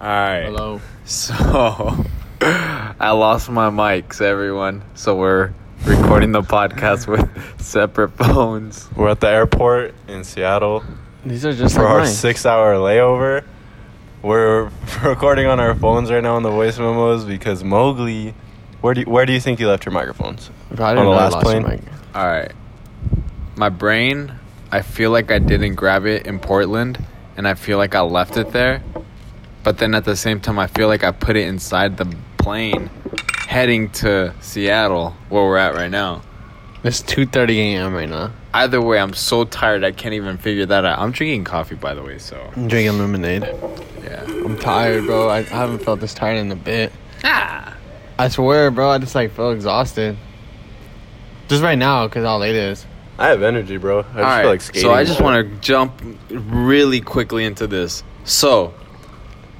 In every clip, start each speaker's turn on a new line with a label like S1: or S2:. S1: All right.
S2: Hello.
S1: So I lost my mics, everyone. So we're recording the podcast with separate phones.
S3: We're at the airport in Seattle
S2: These are just
S3: for
S2: like
S3: our
S2: mine.
S3: six hour layover. We're recording on our phones right now on the voice memos because Mowgli. Where do you, where do you think you left your microphones?
S2: Bro, I
S3: on
S2: didn't
S3: the
S2: know I
S3: last
S2: lost your
S3: plane.
S2: mic.
S1: All right. My brain, I feel like I didn't grab it in Portland and I feel like I left it there. But then at the same time, I feel like I put it inside the plane heading to Seattle where we're at right now.
S2: It's 2:30 a.m. right now.
S1: Either way, I'm so tired I can't even figure that out. I'm drinking coffee by the way, so
S2: I'm drinking lemonade.
S1: yeah.
S2: I'm tired, bro. I, I haven't felt this tired in a bit. Ah. I swear, bro. I just like feel exhausted. Just right now, cause how late it is.
S3: I have energy, bro. I just
S1: All right, So I just want to jump really quickly into this. So,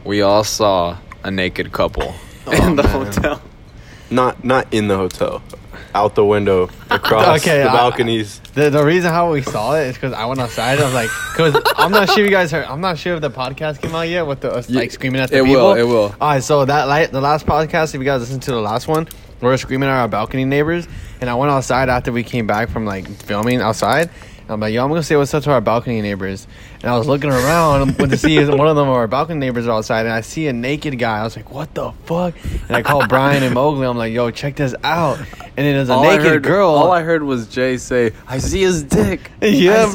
S1: we all saw a naked couple in the
S2: man.
S1: hotel.
S3: to not not in the hotel, out the window, across
S2: Okay,
S3: the
S2: I-
S3: balconies.
S2: The, the reason how we saw it is because I went outside. I was like, because I'm not sure you guys heard. I'm not sure if the podcast came out yet with the us, like screaming at the
S1: It
S2: people.
S1: will. It will.
S2: All right, so that like the last podcast, if you guys listened to the last one, we were screaming at our balcony neighbors, and I went outside after we came back from like filming outside. and I'm like, yo, I'm gonna say what's up to our balcony neighbors, and I was looking around to see if one of them our balcony neighbors are outside, and I see a naked guy. I was like, what the fuck? And I called Brian and Mowgli. I'm like, yo, check this out. And then there's a
S1: All I
S2: naked
S1: heard-
S2: girl.
S1: All I heard was Jay say, "I see his dick."
S2: Yeah,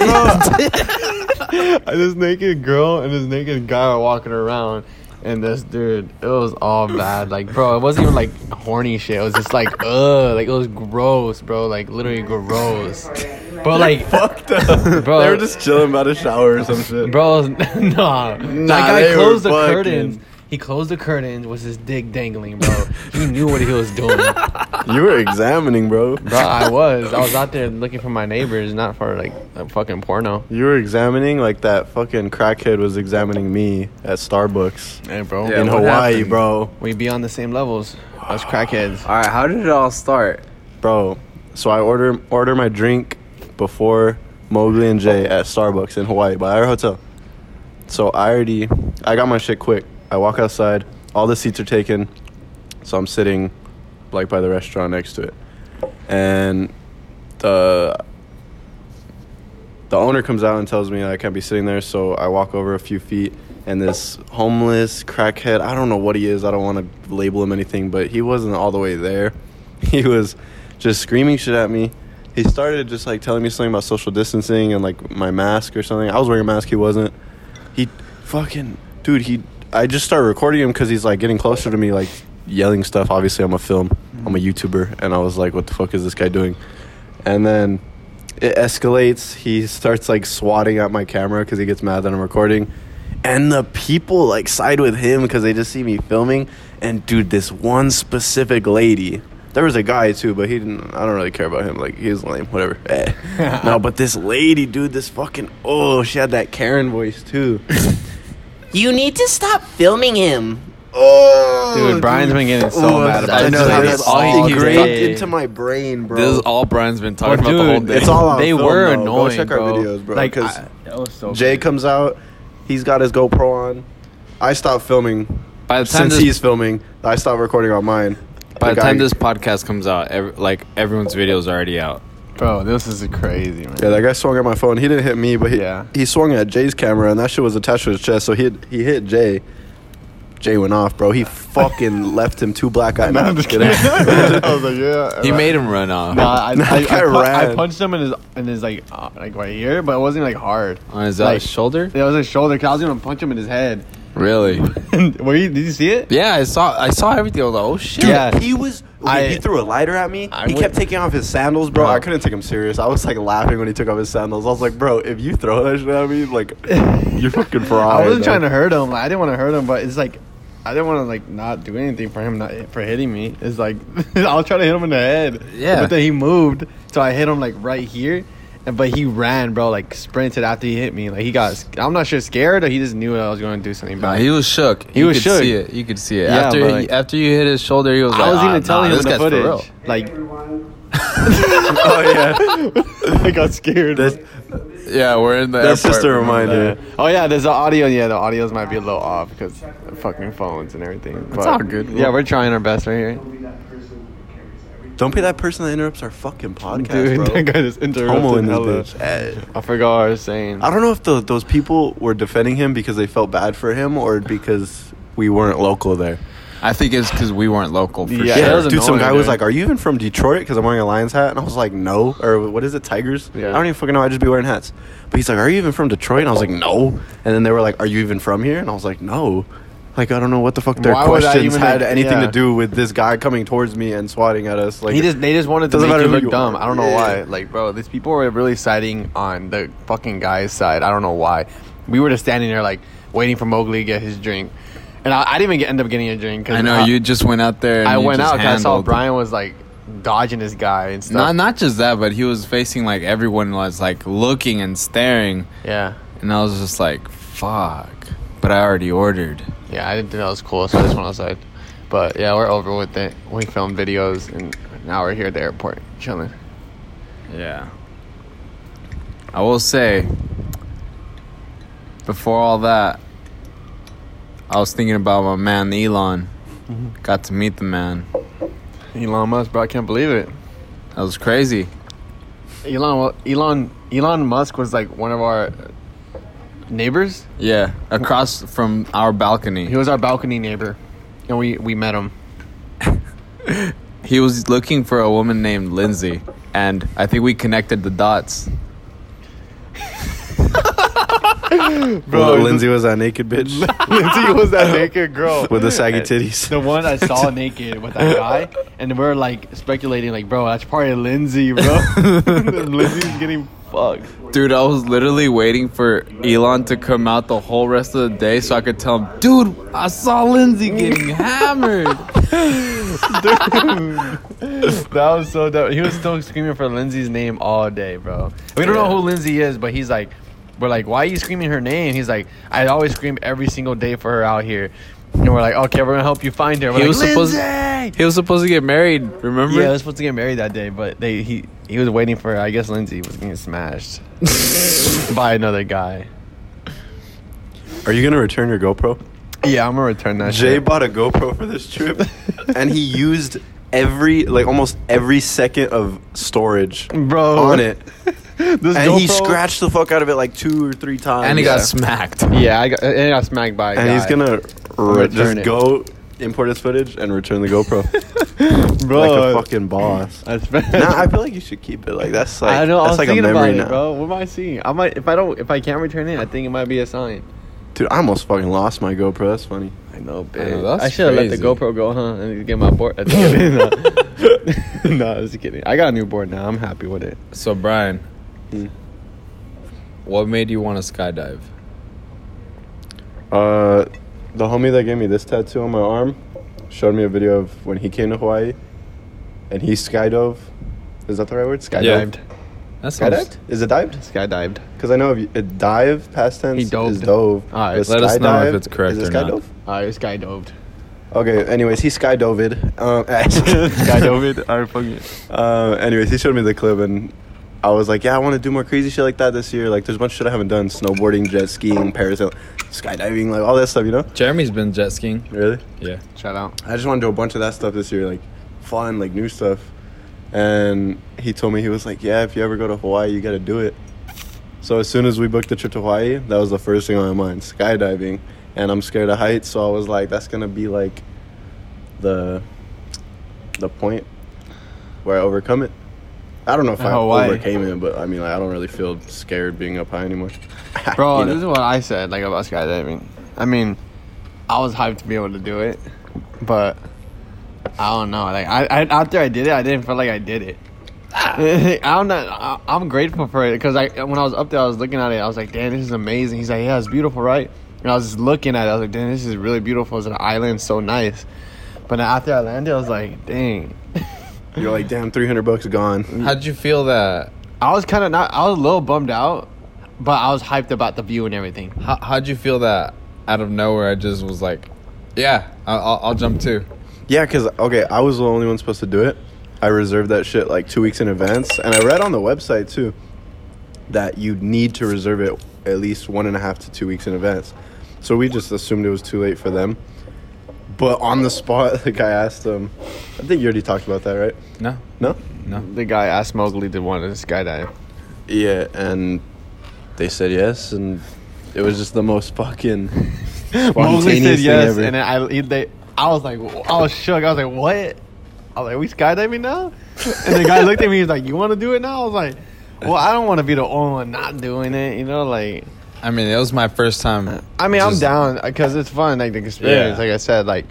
S2: bro. this naked girl and this naked guy are walking around, and this dude, it was all bad. Like, bro, it wasn't even like horny shit. It was just like, ugh, like it was gross, bro. Like literally gross. But like,
S3: Fucked up.
S2: Bro.
S3: they were just chilling by the shower or some shit.
S2: bro, nah. That
S3: Nah,
S2: guy
S3: they were
S2: closed the
S3: fucking-
S2: curtains. He closed the curtains with his dick dangling, bro. he knew what he was doing. Bro,
S3: You were examining, bro.
S2: I was. I was out there looking for my neighbors, not for like a fucking porno.
S3: You were examining like that fucking crackhead was examining me at Starbucks
S2: Hey, bro.
S1: Yeah,
S3: in
S1: what
S3: Hawaii,
S1: happened?
S3: bro.
S2: We be on the same levels. Us crackheads.
S1: All right. How did it all start?
S3: Bro, so I order order my drink before Mowgli and Jay at Starbucks in Hawaii by our hotel. So I already I got my shit quick. I walk outside, all the seats are taken. So I'm sitting like by the restaurant next to it. And uh, the the owner comes out and tells me I can't be sitting there, so I walk over a few feet and this homeless crackhead, I don't know what he is, I don't want to label him anything, but he wasn't all the way there. He was just screaming shit at me. He started just like telling me something about social distancing and like my mask or something. I was wearing a mask, he wasn't. He fucking dude, he I just started recording him cuz he's like getting closer to me like yelling stuff. Obviously, I'm a film. I'm a YouTuber and I was like what the fuck is this guy doing? And then it escalates. He starts like swatting at my camera because he gets mad that I'm recording. And the people like side with him because they just see me filming. And dude, this one specific lady. There was a guy too, but he didn't. I don't really care about him. Like he was lame, whatever. Eh. no, but this lady, dude, this fucking oh, she had that Karen voice too.
S4: You need to stop filming him.
S3: Oh,
S2: Dude, Brian's been getting so
S3: Oh,
S2: mad about
S3: I
S2: this.
S3: know
S2: This
S3: that
S2: is
S3: it's
S2: all
S3: all
S2: he
S3: ingrained
S2: did.
S3: into my brain, bro.
S1: This is all Brian's been talking about the whole day.
S3: it's all on
S2: they
S3: film,
S2: were
S3: though. Go
S2: annoying.
S3: check our
S2: bro.
S3: videos, bro,
S2: Like,
S3: 'cause
S2: I, that was so
S3: Jay comes out. He's got his GoPro on. I stopped filming.
S1: by the time
S3: Since
S1: this,
S3: he's filming, I stopped recording on mine.
S1: by the
S3: guy-
S1: time this podcast comes out, ev like everyone's video is already out.
S2: bro, this is crazy, man.
S3: yeah, that guy swung at my phone. He didn't hit me, but he,
S2: Yeah.
S3: he swung at Jay's camera, and that shit was attached to his chest. So he hit- he hit Jay. Jay went off, bro. He fucking left him two black eyes. No, I'm just kidding.
S2: I was like, yeah.
S1: He made him run off
S2: Nah, I, I,
S3: That
S2: I,
S3: guy
S2: pu- I
S3: ran.
S2: punched him in his in his like uh, like right here, but it wasn't like hard.
S1: on his
S2: like-
S1: other shoulder.
S2: It was his shoulder. Cause I was gonna punch him in his head.
S1: Really?
S2: Were you? Did you see it?
S1: Yeah, I saw. I saw everything. I was like, oh shit.
S2: Dude, Yeah.
S3: He was.
S2: I-
S3: he threw a lighter at me.
S2: I
S3: he
S2: went-
S3: kept taking off his sandals, bro.
S2: Bro.
S3: I couldn't take him serious. I was like laughing when he took off his sandals. I was like, bro, if you throw that shit at me, like, you're fucking fried.
S2: I wasn't
S3: bro.
S2: trying to hurt him. Like, I didn't want to hurt him, but it's like I didn't want to like not do anything for him not for hitting me. It's like I was trying to hit him in the head.
S1: Yeah.
S2: But then he moved, so I hit him like right here. And but he ran, bro, like sprinted after he hit me. Like he got, I'm not sure scared or he just knew I was going to do something.
S1: Nah,
S2: About
S1: he was shook.
S2: He
S1: you
S2: was
S1: could
S2: shook.
S1: See it. You could see it.
S2: Yeah,
S1: after
S2: but,
S1: he-
S2: like-
S1: after you hit his shoulder, he was like,
S2: I was
S1: "Ah,
S2: even telling
S1: nah,
S2: him
S1: this
S2: the
S1: guy's for real."
S2: footage. Like,
S3: oh yeah.
S2: I got scared.
S3: This,
S1: Yeah, we're in the
S3: That's
S1: airport,
S3: just a
S1: remember
S3: reminder.
S1: that.
S2: Oh yeah, there's the audio. Yeah, the audios might be a little off because the fucking phones and everything. It's
S1: all good.
S2: Yeah, we're trying our best right here,
S3: Don't be that person that interrupts our fucking podcast,
S2: dude.
S3: bro.
S2: That guy just interrupted.
S3: Homo in this
S2: hella.
S3: bitch. Eh.
S2: I forgot what I was saying.
S3: I don't know if tho- those people were defending him because they felt bad for him or because we weren't local there.
S1: I think it's because we weren't local for
S2: Yeah, that
S1: sure.
S2: was
S3: dude, some
S2: annoying,
S3: guy was
S2: dude.
S3: like, "Are you even from Detroit?" Because I'm wearing a Lions hat, and I was like, "No," or what is it, Tigers?
S2: Yeah.
S3: I don't even fucking know. I just be wearing hats. But he's like, "Are you even from Detroit?" And I was like, "No." And then they were like, "Are you even from here?" And I was like, "No." Like I don't know what the fuck their
S2: Why would I
S3: questions
S2: even,
S3: had
S2: like,
S3: anything
S2: yeah.
S3: to do with this guy coming towards me and swatting at us. Like
S2: he just they just wanted to
S3: Doesn't
S2: make
S3: matter
S2: you
S3: who
S2: look
S3: you
S2: dumb.
S3: are.
S2: I don't know
S3: Yeah.
S2: why. Like, bro, these people were really siding on the fucking guy's side. I don't know why. We were just standing there like waiting for Mowgli to get his drink, and I, I didn't even get, end up getting a drink. 'cause
S1: I know you just went out there. And
S2: I
S1: you
S2: went
S1: just
S2: out because I saw
S1: handled-
S2: Brian was like dodging this guy and stuff.
S1: Not not just that, but he was facing like everyone was like looking and staring,
S2: yeah,
S1: and I was just like, "Fuck!" But I already ordered.
S2: yeah. I didn't think that was cool, so I just went outside. But yeah, we're over with it. We filmed videos, and now we're here at the airport chilling.
S1: Yeah. I will say, before all that, I was thinking about my man Elon.
S2: Mm-hmm.
S1: Got to meet the man.
S2: Elon Musk, bro, I can't believe it.
S1: That was crazy.
S2: Elon, well, Elon, Elon Musk was like one of our neighbors.
S1: Yeah, across from our
S2: He
S1: balcony.
S2: was our balcony neighbor, and we we met him.
S1: He was looking for a woman named Lindsay, and I think we connected the dots.
S3: bro, Lindsay was that naked bitch
S2: Lindsay was that naked girl
S3: with the saggy titties.
S2: The one I saw naked with that guy, and we are like speculating, like, bro, that's probably Lindsay, bro. Lindsay's getting fucked.
S1: Dude, I was literally waiting for Elon to come out the whole rest of the day so I could tell him, dude, I saw Lindsay getting hammered.
S2: That was so dope. He was still screaming for Lindsay's name all day, bro. We don't know who Lindsay is, but he's like, we're like, why are you screaming her name? He's like, I always scream every single day for her out here. And we're like, okay, we're gonna help you find her. We're
S1: He
S2: like,
S1: was supposed-
S2: "Lindsay!"
S1: He was supposed to get married, remember?
S2: Yeah, I was supposed to get married that day, but they he he was waiting for I guess Lindsay was getting smashed by another guy.
S3: Are you gonna return your GoPro?
S2: Yeah, I'm gonna return that.
S3: Jay
S2: shit.
S3: bought a GoPro for this trip, and he used every like almost every second of storage
S2: Bro.
S3: on it,
S2: this
S3: and he
S2: GoPro-
S3: scratched the fuck out of it like two or three times.
S1: And he got
S3: Yeah.
S1: smacked.
S2: Yeah, I got and I got smacked by. A
S3: and
S2: guy.
S3: he's gonna re-
S2: return
S3: just
S2: it.
S3: go import his footage and return the GoPro
S2: bro.
S3: like a fucking boss.
S2: that's
S3: nah, I feel like you should keep it. Like that's like
S2: I know. I was
S3: that's like a
S2: thinking about
S3: memory
S2: it,
S3: now,
S2: bro. What am I seeing? I might if I don't if I can't return it, I think it might be a sign.
S3: dude. I almost fucking lost my GoPro. That's funny.
S2: I
S1: know,
S2: know, bitch.
S1: that's
S2: I should have let the
S1: crazy.
S2: GoPro go, huh? And get my board. That's kidding. no, I was kidding. I got a new board now. I'm happy with it.
S1: So, Brian,
S3: Hmm.
S1: what made you want to skydive?
S3: Uh, the homie that gave me this tattoo on my arm showed me a video of when he came to Hawaii, and he skydove. Is that the right word? Skydived.
S1: Yeah. That
S3: Skydived? Is it dived?
S2: Skydived.
S3: Because I know if you, it dive past tense
S2: He dove.
S3: is dove.
S2: All right,
S3: but
S1: let us know if
S3: skydive-
S1: it's correct
S3: is it
S1: or not.
S3: skydove?
S2: I skydived.
S3: Okay. Anyways, he skydoved. Um, skydoved.
S2: All right, fuck it.
S3: Uh, anyways, he showed me the clip and. I was like, yeah, I want to do more crazy shit like that this year. Like, there's a bunch of shit I haven't done: snowboarding, jet skiing, parasail, skydiving, like all that stuff. You know?
S1: Jeremy's been jet skiing.
S3: Really?
S1: Yeah.
S2: Shout out.
S3: I just want to do a bunch of that stuff this year, like fun, like new stuff. And he told me he was like, "Yeah, if you ever go to Hawaii, you got to do it." So as soon as we booked the trip to Hawaii, that was the first thing on my mind: skydiving. And I'm scared of heights, so I was like, "That's gonna be like the the point where I overcome it." I don't know if I
S2: Hawaii.
S3: overcame it, but I mean, like, I don't really feel scared being up high anymore.
S2: Bro,
S3: You know?
S2: this is what I said like about skydiving. I mean, I was hyped to be able to do it, but I don't know. Like I, I after I did it, I didn't feel like I did it. I'm not. I, I'm grateful for it because I when I was up there, I was looking at it. I was like, "Damn, this is amazing." He's like, "Yeah, it's beautiful, right?" And I was just looking at it. I was like, "Damn, this is really beautiful. It's an island, so nice." But then after I landed, I was like, "Dang."
S3: you're like, "Damn, 300 bucks gone."
S1: How'd you feel that?
S2: I was kind of not. I was a little bummed out, but I was hyped about the view and everything.
S1: How, how'd you feel that out of nowhere I just was like, yeah, I- I'll, I'll jump too.
S3: Yeah, because, okay, I was the only one supposed to do it. I reserved that shit like two weeks in advance. And I read on the website too that you need to reserve it at least one and a half to two weeks in advance. So we just assumed it was too late for them. But on the spot, the guy asked them. I think you already talked about that, right?
S1: No.
S3: No.
S1: No.
S2: The guy asked Mowgli to want to skydive.
S3: Yeah, and they said yes, and it was just the most fucking.
S2: Mowgli said
S3: spontaneous thing
S2: yes,
S3: ever.
S2: and then I he, they, I was like, I was shook. I was like, what? I was like, we skydiving now? And the guy looked at me. He's like, you want to do it now? I was like, well, I don't want to be the only one not doing it. You know, like
S1: I mean, it was my first
S3: Uh.
S1: time.
S2: I mean,
S1: just-
S2: I'm down because it's fun. Like the experience,
S1: Yeah.
S2: like I said, like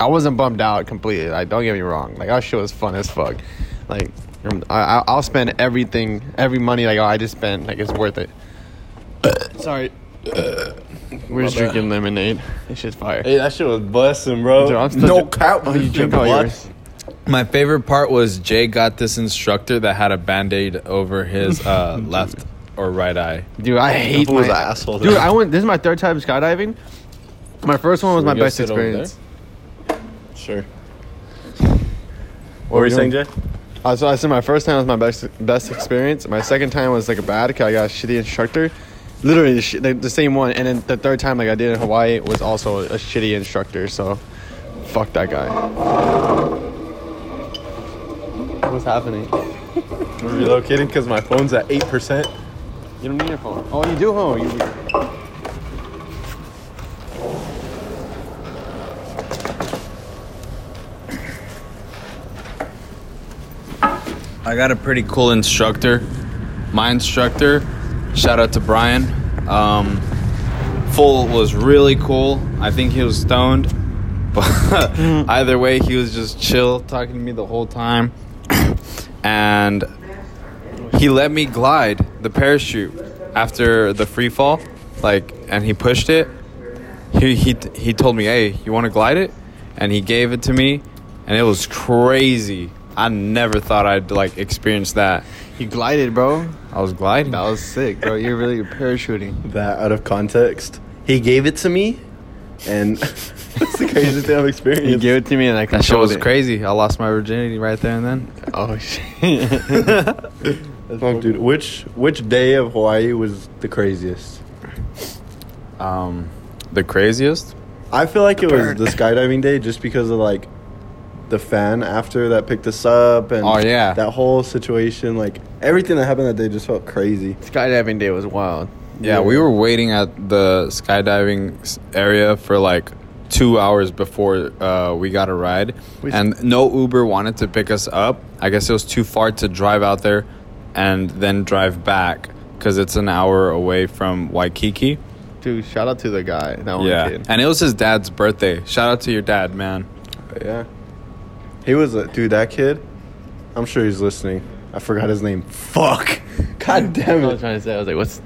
S2: I wasn't bummed out completely. Like don't get me wrong, like our shit was fun as fuck. Like I'm- I, I- I'll spend everything, every money like I just spent, like it's worth it. Sorry. We're just drinking lemonade. This shit's fire.
S3: Hey, that shit was busting, bro.
S2: Dude, I'm still
S3: no
S2: dr-
S3: cap.
S2: Oh, you drink all yours.
S1: My favorite part was Jay got this instructor that had a band aid over his uh, left or right eye.
S2: Dude, I hate
S3: Who was
S2: my
S3: an asshole
S2: Dude,
S3: then?
S2: I went. This is my third time skydiving. My first one was my
S1: we go
S2: best
S1: sit over there?
S2: experience.
S3: Sure. What were you saying, Jay?
S2: Uh, so I said my first time was my best best experience. My second time was like a bad because I got a shitty instructor, literally the, sh- the, the same one. And then the third time like I did in Hawaii was also a shitty instructor. So, fuck that guy. What's happening?
S3: We're relocating because my phone's at eight percent.
S2: You don't need your phone. Oh, you do home. You-
S1: I got a pretty cool instructor. My instructor, shout out to Brian. Um, full was really cool. I think he was stoned, but either way, he was just chill, talking to me the whole time, and he let me glide the parachute after the free fall, like, and he pushed it. He he he told me, "Hey, you want to glide it?" And he gave it to me, and it was crazy. I never thought I'd like experience that.
S2: You glided, bro.
S1: I was gliding.
S2: That was sick, bro. You're really parachuting.
S3: That out of context. He gave it to me, and that's the craziest thing I've experienced.
S2: You gave it to me and I
S1: That shit
S2: controlled
S1: was
S2: it.
S1: crazy. I lost my virginity right there and then.
S2: Oh shit.
S3: Fuck, dude. Which which day of Hawaii was the craziest?
S1: Um, the craziest?
S3: I feel like it was the skydiving day, just because of like the fan after that picked us up and
S1: Oh, yeah.
S3: that whole situation. Like everything that happened that day just felt crazy.
S2: Skydiving day was wild.
S1: Yeah, we were waiting at the skydiving s- area for like two hours before uh, we got a ride, and no Uber wanted to pick us up. I guess it was too far to drive out there and then drive back because it's an hour away from Waikiki.
S2: Dude, shout out to the guy. That one
S1: yeah,
S2: kid.
S1: and it was his dad's birthday. Shout out to your dad, man.
S3: But yeah, he was a dude. That kid. I'm sure he's listening. I forgot his name. Fuck. God
S2: I
S3: damn it.
S2: was trying to say, I was like, what's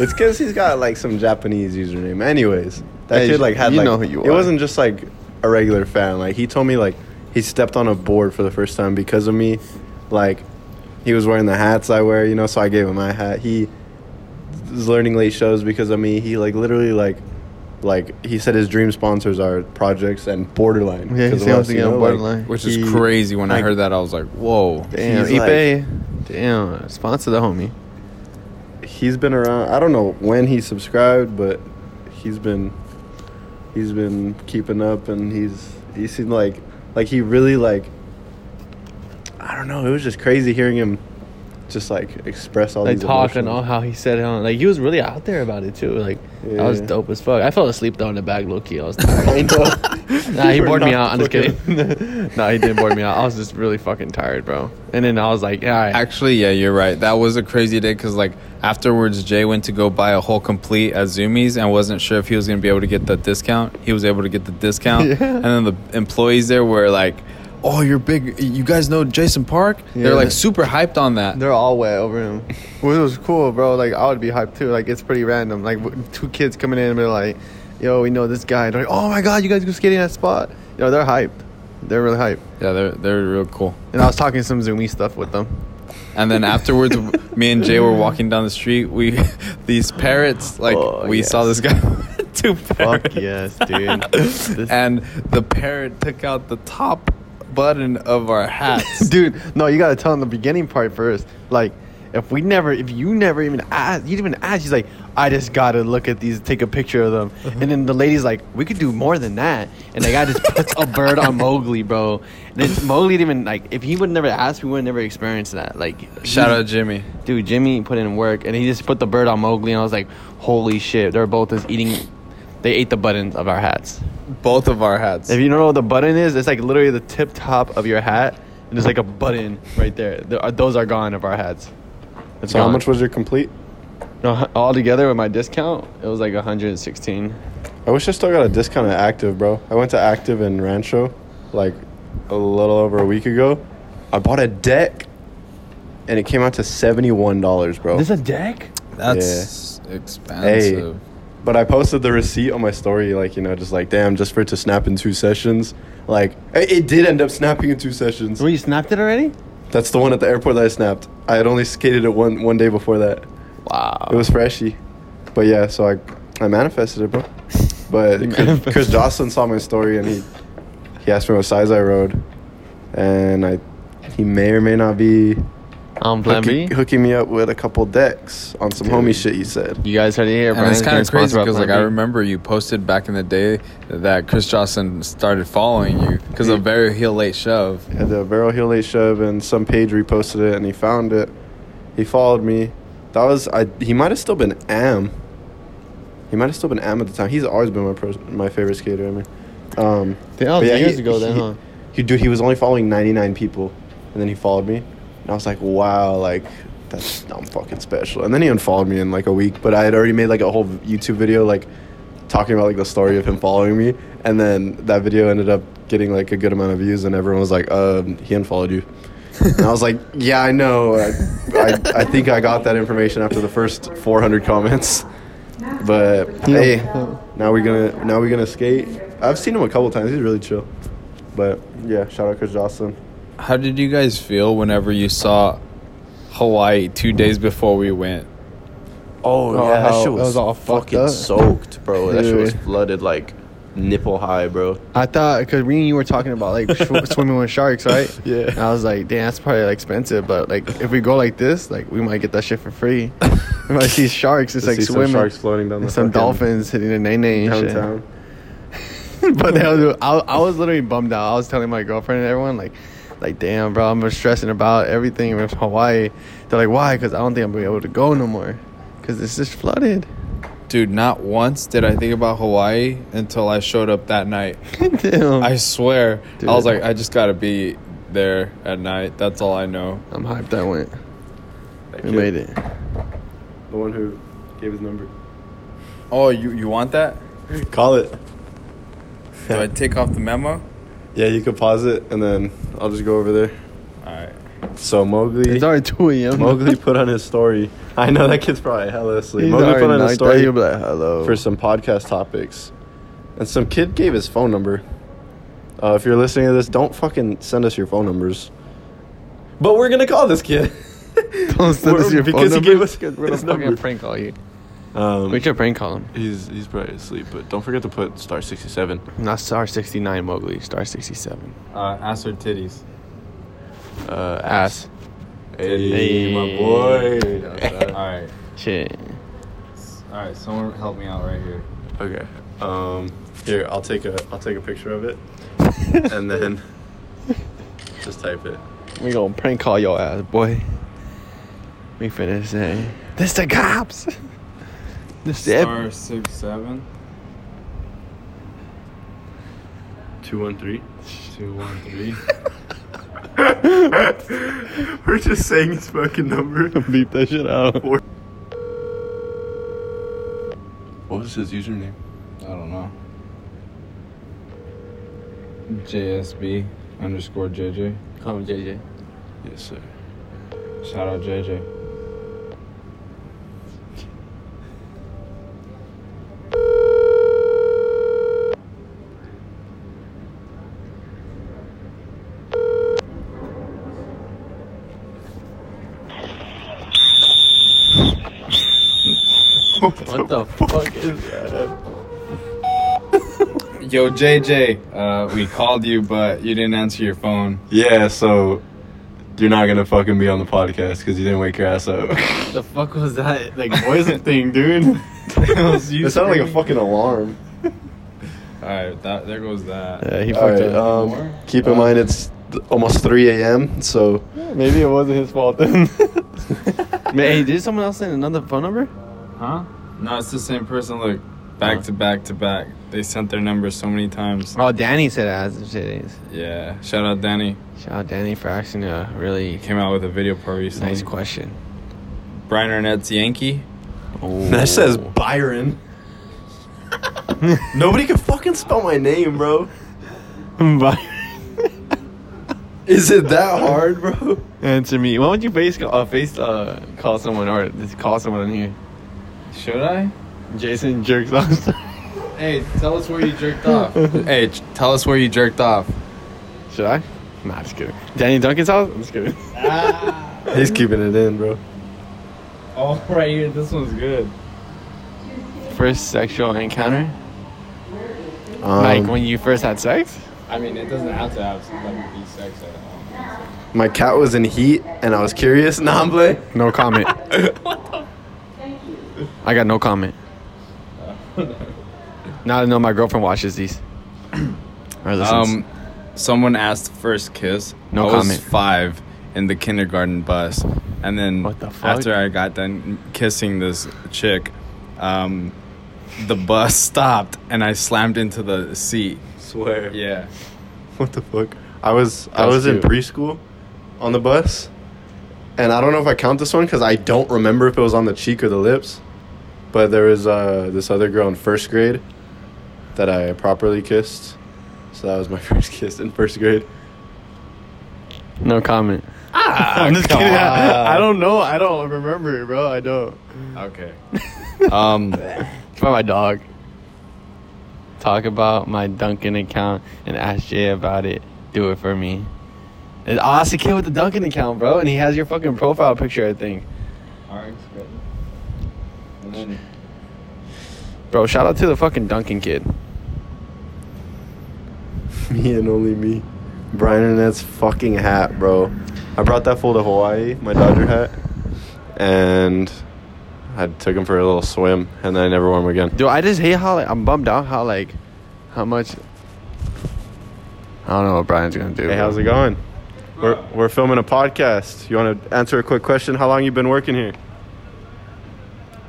S3: It's because he's got like some Japanese username. Anyways, that
S2: Hey,
S3: kid like had
S2: you
S3: like
S2: know who you
S3: it
S2: are.
S3: wasn't just like a regular fan. Like he told me like he stepped on a board for the first time because of me. Like he was wearing the hats I wear, you know. So I gave him my hat. He was learning late shows because of me. He like literally like like he said his dream sponsors are projects and borderline.
S2: Yeah, he
S3: 'cause of
S2: sounds
S3: us,
S2: like
S3: you
S2: a
S3: know,
S2: Borderline.
S1: Which is
S3: he-
S1: crazy. When I,
S3: I-
S1: heard that, I was like, "Whoa!"
S2: Damn,
S3: He's like-
S2: eBay. damn, sponsor the homie.
S3: he's been around. I don't know when he subscribed, but he's been he's been keeping up, and he's he seemed like like he really like I don't know. It was just crazy hearing him just like express all
S2: Like
S3: these
S2: talking all
S3: emotions.
S2: how he said it. on- Like he was really out there about it too. Like that was
S3: Yeah.
S2: dope as fuck. I fell asleep though in the bag, low key. I was tired.
S3: I know.
S2: nah, he
S3: You were
S2: bored me
S3: not
S2: out. I'm just
S3: fucking-
S2: kidding. nah, he didn't board me out. I was just really fucking tired, bro. And then I was like, yeah, all right.
S1: Actually, yeah, you're right. That was a crazy day because, like, afterwards, Jay went to go buy a whole complete at Zoomies and wasn't sure if he was going to be able to get the discount. He was able to get the discount.
S2: Yeah.
S1: And then the employees there were like, oh, you're big. You guys know Jason Park?
S2: Yeah.
S1: They're like super hyped on that.
S2: They're all wet over him. Which was cool, bro. Like I would be hyped too. Like it's pretty random. Like w- two kids coming in and they're like, "Yo, we know this guy." They're like, "Oh my god, you guys go skating that spot." Yo, they're hyped. They're really hyped.
S1: yeah, they're, they're real cool.
S2: And I was talking some zoomy stuff with them.
S1: And then afterwards, me and Jay were walking down the street. We, these parrots, like,
S2: Oh,
S1: we
S2: yes.
S1: saw this guy. with Two parrots.
S2: yes, dude. This-
S1: and the parrot took out the top button of our hats.
S2: dude, no, you gotta tell them the beginning part first. Like If we never, if you never even asked, you'd even ask. She's like, I just gotta look at these, take a picture of them, and then the lady's like, we could do more than that. And the guy just puts a bird on Mowgli, bro. Then Mowgli didn't even like. If he would never ask, we would never experience that. Like,
S1: Shout
S2: he-
S1: out Jimmy.
S2: dude, Jimmy put in work, and he just put the bird on Mowgli, and I was like, holy shit, they're both just eating. They ate the buttons of our hats.
S1: Both of our hats.
S2: If you don't know what the button is, it's like literally the tip top of your hat, and there's like a button right there. Th- uh, Those are gone of our hats. It's
S3: So how
S2: gone.
S3: much was your complete?
S2: No, all together with my discount, it was like 116.
S3: I wish I still got a discount at Active, bro. I went to Active in Rancho like a little over a week ago. I bought a deck and it came out to $71, bro.
S2: This a deck?
S1: That's expensive.
S3: but I posted the receipt on my story, like, you know, just like, damn, just for it to snap in two sessions. Like, it, it did end up snapping in two sessions.
S2: Well, you snapped it already?
S3: That's the one at the airport that I snapped. I had only skated it one, one day before that.
S2: Wow.
S3: It was freshy. But yeah, so I I manifested it, bro. But Chris,
S2: manifested.
S3: Chris Jocelyn saw my story and he he asked me what size I rode, and I he may or may not be
S2: Um, plan B.
S3: hooking, hooking me up with a couple decks on some homie shit. He said.
S2: You guys heard it here.
S1: And it's
S2: Brian's
S1: kind
S2: getting
S1: of crazy
S2: sponsored by
S1: because like
S2: Plan
S1: I
S2: B.
S1: remember you posted back in the day that Chris Johnson started following you because of very heel late shove.
S3: Had the barrel heel late shove and some page reposted it and he found it. He followed me. That was I. He might have still been am. He might have still been am at the time. He's always been my pers- my favorite skater. I mean, um,
S2: That was
S3: But
S2: years ago then,
S3: he-
S2: huh?
S3: He, dude, he was only following 99 people, and then he followed me, and I was like, wow, like that's I'm fucking special. And then he unfollowed me in like a week, but I had already made like a whole YouTube video like talking about like the story of him following me, and then that video ended up getting like a good amount of views, and everyone was like, um, he unfollowed you. and I was like, yeah, I know. I, I, I think I got that information after the first 400 comments. But hey, now we're gonna now we're gonna skate. I've seen him a couple times. He's really chill. But yeah, shout out Chris Jocelyn.
S1: How did you guys feel whenever you saw Hawaii two days before we went?
S3: Oh,
S2: yeah, that how- shit that was was all fucked fucking up.
S3: soaked, bro.
S2: That shit was Dude.
S3: flooded like nipple high, bro.
S2: I thought because me and you were talking about like sw- swimming with sharks, right?
S3: Yeah.
S2: And I was like, damn, that's probably like, expensive, but like if we go like this, like we might get that shit for free. if I see sharks, it's like swimming.
S3: some sharks floating down the
S2: and some
S3: fucking
S2: dolphins hitting the nay nay and shit.
S3: downtown.
S2: but that was, I, I was literally bummed out. I was telling my girlfriend and everyone like, like damn, bro, I'm just stressing about everything with Hawaii. They're like, why? Because I don't think I'm gonna be able to go no more. Because it's just flooded.
S1: Dude, not once did I think about Hawaii until I showed up that night.
S2: damn.
S1: I
S2: I,
S1: swear.
S2: Dude.
S1: I was like, I just gotta be there at night. That's all I know.
S2: am hyped. I went.
S3: That
S2: We
S3: kid,
S2: made it.
S3: The one who gave his number.
S1: Oh, you you want that?
S3: Call it.
S1: Do I take off the memo?
S3: Yeah, you could pause it and then I'll just go over there.
S1: Alright.
S3: So Mowgli
S2: It's already two a.m.
S3: Mowgli put on his story. I know that kid's probably hella asleep.
S2: He's
S3: Mowgli
S2: already
S3: put on his
S2: knocked out.
S3: story
S2: You'll be like, hello.
S3: for some podcast topics, and some kid gave his phone number. Uh, if you're listening to this, don't fucking send us your phone numbers. But we're gonna call this kid.
S2: Don't send us
S3: We're-
S2: your
S3: because
S2: phone
S3: he gave
S2: number.
S3: us
S2: We're gonna
S3: his
S2: fucking
S3: number.
S2: prank call you.
S3: Um,
S2: We should prank call him.
S5: He's he's probably asleep, but don't forget to put star sixty seven.
S2: Not star sixty nine Mowgli. Star sixty seven.
S1: Uh, ass or titties.
S5: Uh,
S2: Ass.
S5: Hey,
S2: Hey.
S5: my boy.
S1: Alright.
S2: Shit.
S1: Alright, someone help me out right here.
S5: Okay.
S3: um, here, I'll take a I'll take a picture of it, and then just type it.
S2: We gonna prank call your ass, boy. We finna say this the cops. This the ep-
S1: six seven
S3: Two one three.
S1: two one three.
S3: We're just saying his fucking number.
S2: beep that shit out.
S5: What was his username?
S1: I don't know. JSB underscore JJ.
S2: Call him JJ.
S5: Yes, sir.
S1: Shout out JJ.
S2: What the fuck is that?
S1: Yo, JJ, uh, we called you, but you didn't answer your phone.
S3: Yeah, so
S5: You're not gonna fucking be on the podcast because you didn't wake your ass up.
S2: The fuck was that like voice thing, dude?
S5: It sounded like a fucking alarm.
S1: All right, that there goes that.
S2: Yeah, he
S3: All
S2: fucked
S3: right.
S2: up.
S3: Um, keep in mind it's th- almost 3 a.m. So
S2: Maybe it wasn't his fault then. Man, hey, did someone else send another phone number?
S1: Huh? No, it's the same person. Look, back to back to back. They sent their numbers so many times.
S2: Oh, Danny said as it is.
S1: Yeah. Shout out Danny.
S2: Shout out Danny for asking a really
S1: He came out with a video part recently.
S2: nice question.
S1: Brian Arnett's Yankee.
S2: Oh.
S3: that says Byron. Nobody can fucking spell my name, bro. Is it that hard, bro?
S2: Answer me. Why don't you face call, uh, face uh, call someone or just call someone on here?
S1: Should I?
S2: Jason jerks off.
S1: Hey, tell us where you jerked off. hey, ch- tell us where you jerked off.
S2: Should I? Nah, just kidding. Danny Duncan's house. I'm just kidding.
S1: Ah.
S3: He's keeping it in, bro.
S1: Oh, right here. This one's good.
S2: First sexual encounter.
S3: Um,
S2: like when you first had sex.
S1: I mean, it doesn't have to have like be sex at all.
S3: my cat was in heat and I was curious. Nah, I'm playing.
S2: No comment. what the? I got no comment. now I know my girlfriend watches these. Or listens.
S1: Um, someone asked first kiss.
S2: No
S1: I
S2: comment.
S1: was five in the kindergarten bus, and then
S2: What the fuck?
S1: after I got done kissing this chick, um, the bus stopped and I slammed into the seat.
S3: Swear.
S1: Yeah.
S3: What the fuck? I was I
S2: That's
S3: was in
S2: cute.
S3: preschool on the bus, and I don't know if I count this one because I don't remember if it was on the cheek or the lips, but there was uh, this other girl in first grade that I properly kissed, so that was my first kiss in first grade.
S2: no comment. Ah, I'm just kidding. I, I don't know. I don't remember, bro. I don't.
S1: Okay. um,
S2: It's about my dog. Talk about my Duncan account and ask Jay about it. Do it for me. And I asked the kid with the Duncan account, bro, and he has your fucking profile picture, I think. Bro, shout out to the fucking Duncan kid.
S3: Me and only me. Brian and that's fucking hat, bro. I brought that fool to Hawaii, my Dodger hat, and I took him for a little swim, and then I never wore him again.
S2: Dude, I just hate how like, I'm bummed out how like how much I don't know what Brian's gonna do.
S3: Hey, how's it going? We're, we're filming a podcast. You want to answer a quick question? How long you been working here?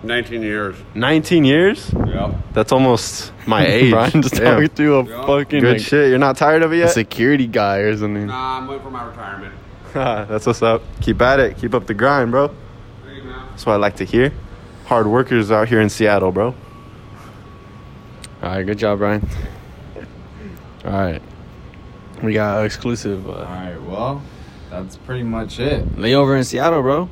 S6: 19 years.
S3: 19 years?
S1: yeah.
S3: That's almost my
S2: Hey,
S3: age.
S2: Brian just
S3: Damn.
S2: talking through a
S6: Yeah.
S2: fucking
S3: Good
S2: like,
S3: shit. You're not tired of it
S2: a
S3: yet?
S2: security guy or something.
S6: Nah, I'm waiting Um, for my retirement.
S3: Ah, That's what's up. Keep at it. Keep up the grind, bro.
S6: Hey, man.
S3: That's what I like to hear. Hard workers out here in Seattle, bro.
S2: All right, good job, Brian. All right, we got exclusive
S1: All
S2: uh,
S1: right. Well, that's pretty much it.
S2: layover in Seattle, bro.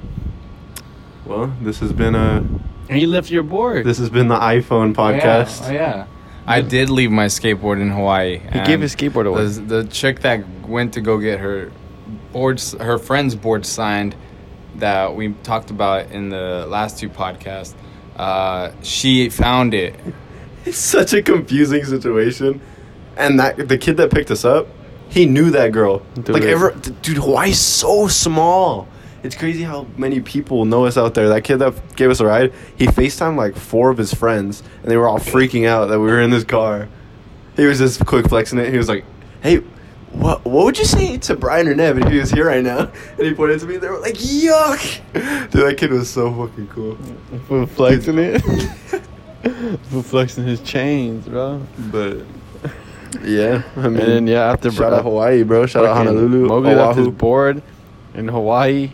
S3: Well, this has been a
S2: And you left your board.
S3: this has been the iPhone podcast.
S1: Oh, yeah. I did leave my skateboard in Hawaii.
S2: he gave his skateboard away.
S1: The, the chick that went to go get her board, her friend's board signed, that we talked about in the last two podcasts, uh, she found it.
S3: It's such a confusing situation. And that the kid that picked us up, he knew that girl.
S2: Dude.
S3: like ever, d- dude, Hawaii's so small. It's crazy how many people know us out there. That kid that gave us a ride, he FaceTimed like four of his friends, and they were all freaking out that we were in this car. He was just quick flexing it. He was like, "Hey, what what would you say to Brian or Nev if he was here right now?" And he pointed to me. They were like, "Yuck!" Dude, that kid was so fucking cool.
S2: Fool flexing it. Fool flexing his chains, bro.
S3: But yeah, I
S2: And
S3: mean,
S2: then yeah, after
S3: Shout out Hawaii, bro. Shout out
S2: fucking
S3: Honolulu.
S2: Mowgli left his
S3: Oahu.
S2: board in Hawaii.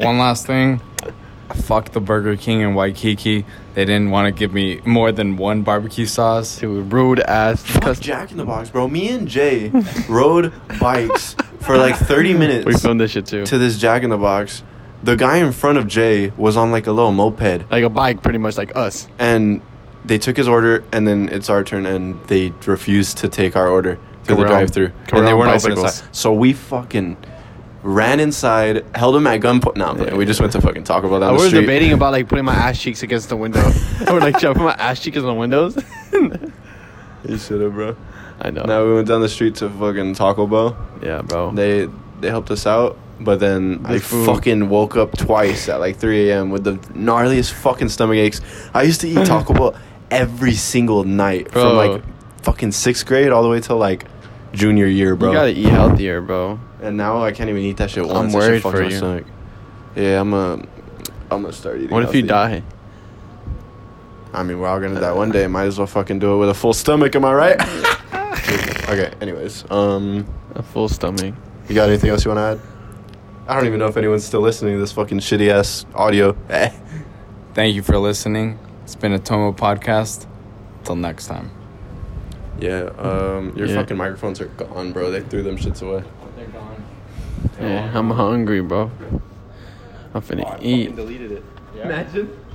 S1: One last thing. Fuck the Burger King in Waikiki. They didn't want to give me more than one barbecue sauce.
S2: to a rude ass
S3: Fuck
S2: custom.
S3: Jack in the Box, bro. Me and Jay rode bikes for like 30 minutes
S2: We filmed this shit too.
S3: to this Jack in the Box. The guy in front of Jay was on like a little moped,
S2: like a bike, pretty much like us.
S3: and they took his order, and then it's our turn, and they refused to take our order through
S2: we're
S3: the
S2: on-
S3: drive-through,
S2: we're
S3: and they
S2: on
S3: weren't open
S2: bicycles.
S3: inside. So we fucking ran inside, held him at gunpoint. No, I'm playing. we just went to fucking Taco Bell down
S2: I
S3: the
S2: was
S3: street.
S2: Uh, debating about like putting my ass cheeks against the window. or like should I put my ass cheeks on the windows?
S3: You should have, bro.
S2: I know.
S3: Now we went down the street to fucking Taco Bell.
S2: Yeah, bro.
S3: They they helped us out. But then I
S2: The food.
S3: fucking woke up twice at like 3 a.m. with the gnarliest fucking stomach aches. I used to eat Taco Bell every single night
S2: Bro.
S3: from like fucking sixth grade all the way till like junior year, bro.
S2: You gotta eat healthier, bro.
S3: and now I can't even eat that shit once. That shit
S2: worried
S3: fucks
S2: for
S3: my
S2: you.
S3: stomach. Yeah, I'm a. I'm gonna start eating.
S2: What if you
S3: healthy.
S2: die?
S3: I mean, we're all gonna die one day. Might as well fucking do it with a full stomach. Am I right? okay. Anyways, um,
S2: A full stomach.
S3: you got anything else you want to add? I don't even know if anyone's still listening to this fucking shitty ass audio. Eh.
S1: Thank you for listening. It's been a Tomo podcast. Till next time.
S3: yeah. Um, your
S2: Yeah.
S3: fucking microphones are gone, bro. They threw them shits away.
S2: Yeah, I'm hungry, bro. I'm finna eat.
S3: deleted it.